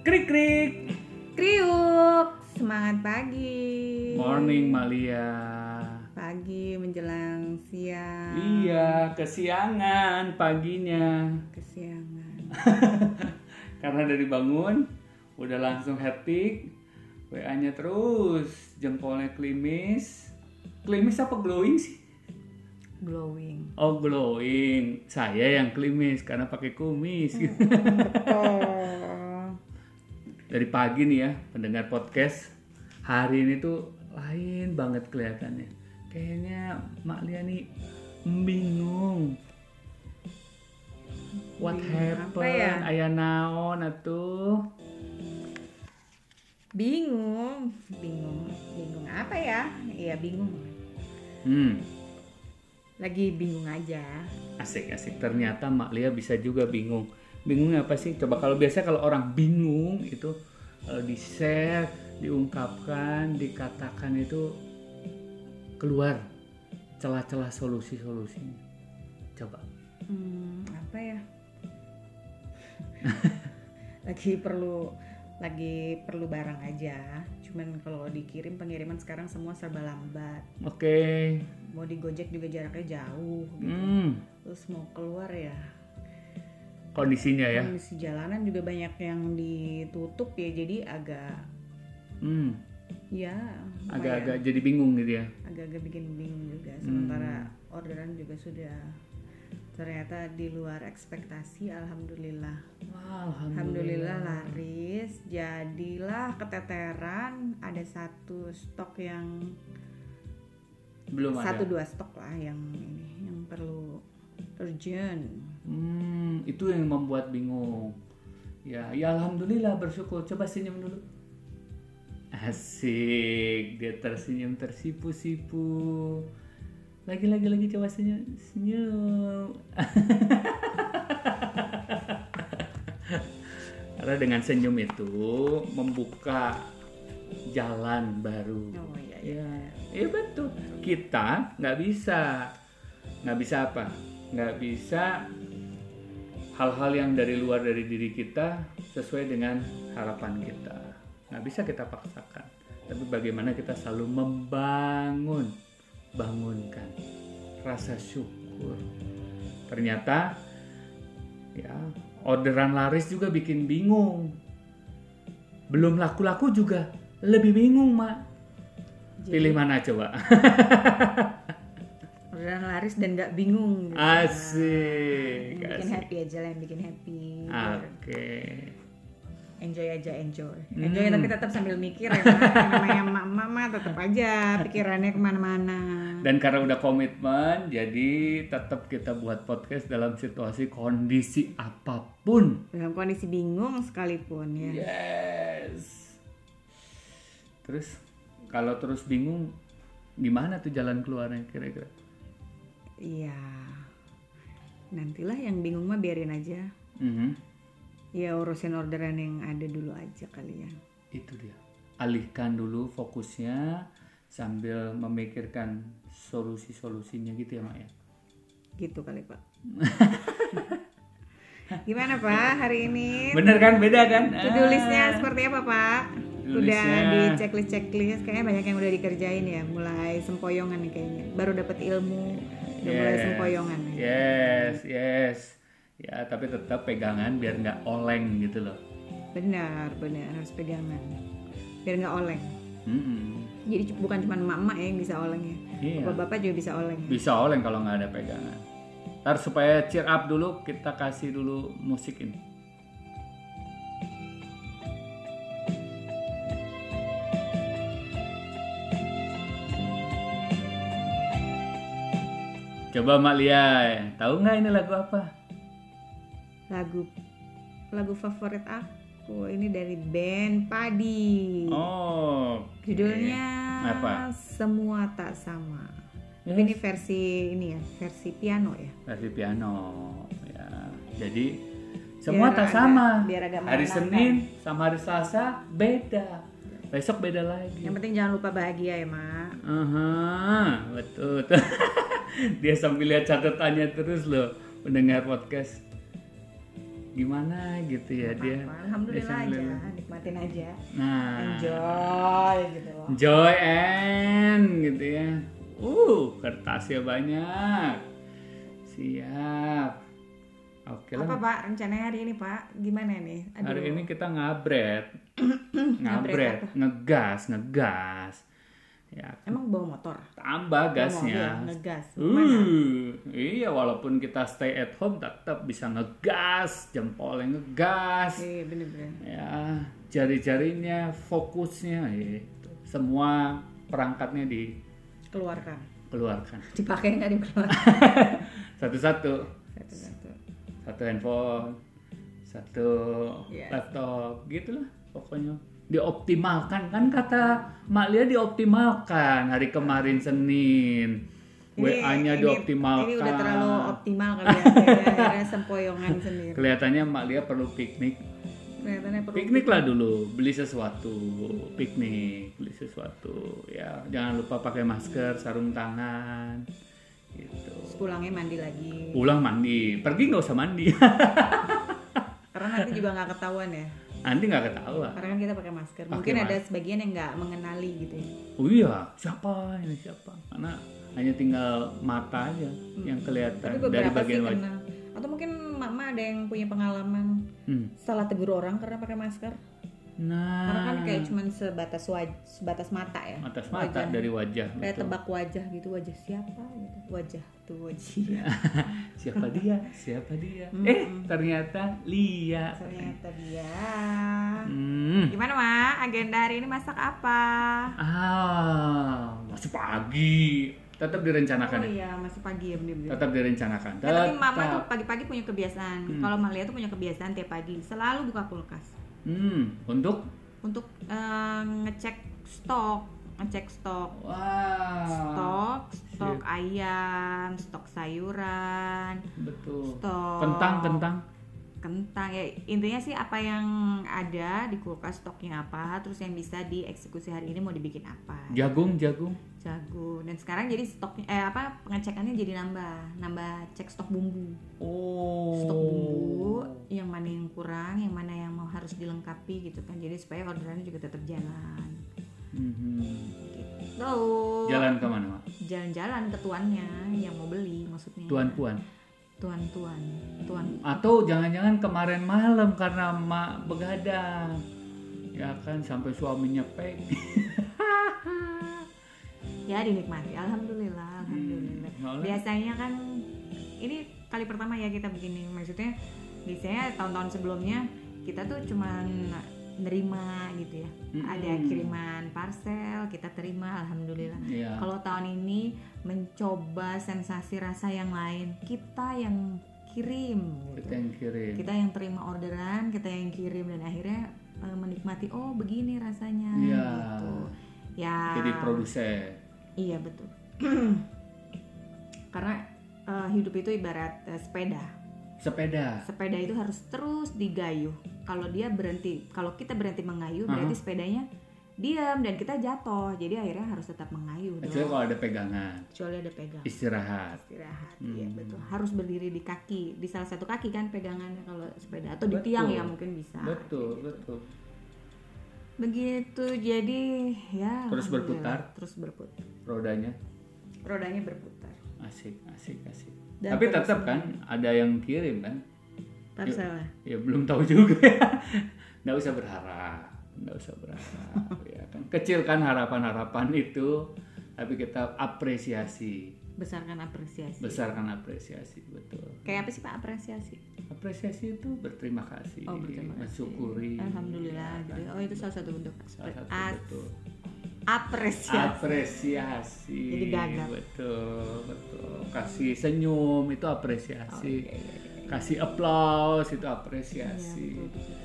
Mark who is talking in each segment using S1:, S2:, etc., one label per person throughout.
S1: krik.
S2: Kriuk, semangat pagi.
S1: Morning Malia.
S2: Pagi menjelang siang.
S1: Iya, kesiangan paginya.
S2: Kesiangan.
S1: Karena dari bangun udah langsung hektik. WA-nya terus, jempolnya klimis. Klimis apa glowing sih?
S2: Glowing.
S1: Oh, glowing. Saya yang klimis karena pakai kumis. gitu.
S2: Oh.
S1: dari pagi nih ya pendengar podcast hari ini tuh lain banget kelihatannya kayaknya Mak Lia nih bingung what
S2: Bingung apa
S1: happened
S2: ya?
S1: ayah naon atuh
S2: Bingung, bingung, bingung apa ya? Iya bingung.
S1: hmm
S2: Lagi bingung aja.
S1: asik asik ternyata Mak Lia bisa juga bingung bingung apa sih coba kalau biasanya kalau orang bingung itu kalau di share diungkapkan dikatakan itu keluar celah-celah solusi-solusinya coba
S2: Hmm, apa ya? lagi perlu lagi perlu barang aja. Cuman kalau dikirim pengiriman sekarang semua serba lambat.
S1: Oke.
S2: Mau di Gojek juga jaraknya jauh gitu.
S1: Hmm,
S2: terus mau keluar ya
S1: kondisinya ya.
S2: kondisi jalanan juga banyak yang ditutup ya jadi agak
S1: Hmm,
S2: ya lumayan.
S1: agak-agak jadi bingung gitu ya.
S2: agak-agak bikin bingung juga
S1: Hmm.
S2: sementara orderan juga sudah ternyata di luar ekspektasi alhamdulillah alhamdulillah laris jadilah keteteran ada satu stok yang
S1: Belum
S2: satu
S1: ada.
S2: dua stok lah yang ini yang perlu urgent
S1: Hmm, itu yang membuat bingung. Ya, ya alhamdulillah bersyukur. Coba senyum dulu. Asik, dia tersenyum tersipu-sipu. Lagi-lagi lagi coba senyum. Senyum. Karena dengan senyum itu membuka jalan baru.
S2: oh iya iya
S1: Ya, iya betul. Kita nggak bisa, nggak bisa apa? Nggak bisa hal-hal yang dari luar dari diri kita sesuai dengan harapan kita. Nggak bisa kita paksakan. Tapi bagaimana kita selalu membangun, bangunkan rasa syukur. Ternyata ya orderan laris juga bikin bingung. Belum laku-laku juga lebih bingung, Mak. Pilih mana coba?
S2: orderan laris dan nggak bingung gitu.
S1: Ah, Asik.
S2: Yang bikin
S1: Iya, asik. Ah.
S2: happy aja lah yang bikin happy
S1: Oke.
S2: enjoy aja enjoy
S1: Hmm.
S2: enjoy tapi tetap sambil mikir ya Mak. namanya emak mama tetap aja pikirannya kemana-mana
S1: Dan karena udah komitmen, jadi tetap kita buat podcast dalam situasi kondisi apapun.
S2: dalam kondisi bingung sekalipun ya
S1: Yes. Terus kalau terus bingung, gimana tuh jalan keluarnya kira-kira?
S2: iya nantilah yang bingung mah biarin aja
S1: Mhm,
S2: ya urusin orderan yang ada dulu aja kali ya
S1: Itu dia. Alihkan dulu fokusnya sambil memikirkan solusi-solusinya gitu ya, Mak ya.
S2: gitu kali pak gimana pak hari ini
S1: Bener kan? Beda kan?
S2: to-do listnya
S1: Ah.
S2: seperti apa pak?
S1: To-do
S2: Udah
S1: listnya.
S2: di checklist checklist kayaknya banyak yang udah dikerjain ya, mulai sempoyongan nih kayaknya. Baru dapat ilmu, udah mulai
S1: Yes.
S2: sempoyongan ya. nih.
S1: Yes, yes. Ya, tapi tetap pegangan biar nggak oleng gitu loh.
S2: Benar, benar harus pegangan. Biar nggak oleng.
S1: Mm-mm.
S2: Jadi cu- bukan cuma emak-emak ya yang bisa oleng ya.
S1: Iya.
S2: Bapak-bapak juga bisa oleng. ya.
S1: Bisa oleng kalau nggak ada pegangan. Ntar supaya cheer up dulu, kita kasih dulu musik ini. Coba Mak Lia, tahu nggak ini lagu apa?
S2: Lagu lagu favorit aku ini dari band Padi.
S1: Oh,
S2: Judulnya
S1: Apa?
S2: Semua Tak Sama.
S1: Yes.
S2: Ini versi ini ya, versi piano ya.
S1: versi piano ya jadi semua
S2: Biar
S1: tak
S2: agak-
S1: sama
S2: biar agak
S1: hari
S2: menyenangkan.
S1: Senin sama hari Selasa beda besok beda lagi
S2: Yang penting jangan lupa bahagia ya, Mak.
S1: Aha, betul dia sambil lihat catatannya terus loh pendengar podcast gimana gitu ya dia
S2: apa-apa. Alhamdulillah
S1: dia sambil-
S2: aja, nikmatin aja.
S1: nah
S2: Enjoy gitu loh.
S1: joy and gitu ya uh kertasnya banyak siap oke
S2: Apa
S1: lah
S2: Pak rencananya hari ini Pak? Gimana nih? Aduh.
S1: hari ini kita ngabret
S2: Ngabret
S1: ngabret ngegas ngegas ya
S2: Emang bawa motor?
S1: tambah gasnya
S2: Bawa mobil, iya, ngegas. Mana?
S1: ya. Uh, iya walaupun kita stay at home tetap bisa ngegas, jempolnya ngegas,
S2: Iya, bener-bener.
S1: ya jari-jarinya, fokusnya, gitu. semua perangkatnya
S2: Keluarkan.
S1: dikeluarkan
S2: Dipakai nggak dikeluarkan?
S1: satu-satu,
S2: Satu-satu.
S1: satu handphone, satu
S2: Yes.
S1: laptop, gitulah pokoknya dioptimalkan kan kata Mak Lia dioptimalkan hari kemarin Senin.
S2: Ini-
S1: WA-nya
S2: ini-
S1: dioptimalkan.
S2: Ini udah terlalu optimal kali ya. Akhirnya- Akhirnya sempoyongan sendiri.
S1: Kelihatannya Mak Lia perlu piknik.
S2: Kelihatannya perlu.
S1: Piknik lah dulu, beli sesuatu, piknik, beli sesuatu. Ya, jangan lupa pakai masker, sarung tangan, gitu.
S2: Pulangnya mandi lagi.
S1: Pulang mandi, pergi nggak usah mandi.
S2: Karena nanti juga nggak ketahuan ya.
S1: Nanti nggak ketahuan.
S2: Karena kan kita pakai masker.
S1: Pakai
S2: Mungkin ada sebagian yang nggak mengenali gitu ya.
S1: Oh iya, siapa ini siapa? Karena hanya tinggal mata aja yang kelihatan
S2: Hmm. Tapi
S1: dari
S2: beberapa sih kan.
S1: bagian wajah.
S2: kenal. Atau mungkin mama ada yang punya pengalaman
S1: Hmm.
S2: salah tegur orang karena pakai masker. Karena kan
S1: Nah,
S2: kayak cuman sebatas waj- sebatas mata ya.
S1: atas mata
S2: Wajah.
S1: dari wajah.
S2: Kayak
S1: betul.
S2: tebak wajah gitu, wajah siapa gitu. Wajah tuh wajah.
S1: siapa dia? Siapa dia?
S2: Hmm.
S1: Eh, ternyata Lia.
S2: Ternyata dia.
S1: Hmm.
S2: Gimana, Ma? Agenda hari ini masak apa?
S1: Ah, masih pagi. Tetap direncanakan. ya?
S2: Oh iya, masih pagi ya bener-bener.
S1: Tetap direncanakan.
S2: Ya, tapi mama
S1: Tetap.
S2: tuh pagi-pagi punya kebiasaan.
S1: Hmm.
S2: Kalau Malia tuh punya kebiasaan tiap pagi selalu buka kulkas
S1: Hmm, untuk
S2: untuk eh, ngecek stok, ngecek stok,
S1: wow.
S2: stok, stok ayam, stok sayuran,
S1: Betul.
S2: stok
S1: Kentang, kentang.
S2: kentang ya intinya sih apa yang ada di kulkas stoknya apa terus yang bisa dieksekusi hari ini mau dibikin apa
S1: Jagung, jagung.
S2: jago dan sekarang jadi stoknya eh apa pengecekannya jadi nambah nambah cek stok bumbu
S1: Oh.
S2: stok bumbu yang mana yang kurang yang mana yang mau harus dilengkapi gitu kan jadi supaya orderannya juga tetap jalan
S1: Mhm.
S2: Tuh.
S1: Jalan kemana, Mak?
S2: jalan-jalan ke tuannya yang mau beli maksudnya
S1: Tuan Puan.
S2: tuan tuan tuan
S1: Atau jangan-jangan kemarin malam karena Mak begadang. Ya kan sampai suaminya pek.
S2: ya dinikmati alhamdulillah alhamdulillah
S1: soalnya-
S2: biasanya kan ini kali pertama ya kita begini maksudnya biasanya tahun-tahun sebelumnya kita tuh cuman nerima gitu ya
S1: Mm-mm.
S2: ada kiriman parcel kita terima alhamdulillah
S1: Iya.
S2: kalau tahun ini mencoba sensasi rasa yang lain kita yang kirim gitu.
S1: Kita yang kirim.
S2: kita yang terima orderan kita yang kirim dan akhirnya eh, menikmati oh begini rasanya
S1: Iya.
S2: gitu ya
S1: Jadi produsen.
S2: iya betul karena eh, hidup itu ibarat eh, sepeda
S1: Sepeda.
S2: sepeda itu harus terus digayuh kalau dia berhenti kalau kita berhenti mengayuh
S1: Uh-huh.
S2: berarti sepedanya diam dan kita jatuh jadi akhirnya harus tetap mengayuh dong.
S1: Kecuali kalau ada pegangan,
S2: kecuali ada pegang
S1: istirahat.
S2: istirahat iya
S1: Hmm.
S2: betul harus berdiri di kaki di salah satu kaki kan pegangannya kalau sepeda atau di
S1: Betul.
S2: tiang ya mungkin bisa
S1: Betul, betul.
S2: begitu jadi ya
S1: Terus
S2: alhamdulillah,
S1: berputar.
S2: terus berputar
S1: Rodanya
S2: rodanya berputar
S1: asik, asik, asik.
S2: Dan
S1: Tapi
S2: terus-
S1: tetap kan ada yang kirim kan?
S2: parcel
S1: Ya belum tahu juga ya. Nggak usah berharap, nggak usah berharap. ya kan. Kecil kan harapan-harapan itu, tapi kita apresiasi,
S2: besarkan apresiasi
S1: besarkan apresiasi, betul.
S2: kayak apa sih pak apresiasi
S1: Apresiasi itu berterima kasih,
S2: oh berterima kasih
S1: Iya, mensyukuri. Iya, Ya, kan?
S2: alhamdulillah gitu oh itu salah satu bentuk
S1: Salah satu
S2: as-
S1: betul.
S2: apresiasi
S1: apresiasi
S2: Jadi gagap.
S1: betul betul kasih senyum itu apresiasi
S2: Oke, iya, iya.
S1: kasih applause itu
S2: Iya,
S1: apresiasi
S2: betul, betul.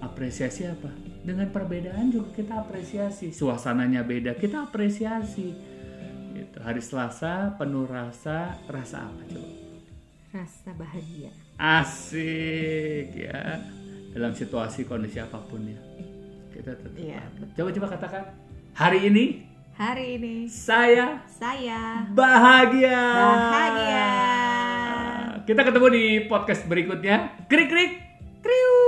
S1: apresiasi apa dengan perbedaan juga kita apresiasi suasananya beda kita apresiasi gitu hari Selasa penuh rasa rasa apa coba
S2: rasa bahagia
S1: asik ya dalam situasi kondisi apapun ya kita tetap
S2: Iya,
S1: coba coba katakan hari ini
S2: hari ini
S1: saya
S2: saya
S1: bahagia.
S2: bahagia
S1: Oke, Kita ketemu di podcast berikutnya. Krik krik. Kriuk.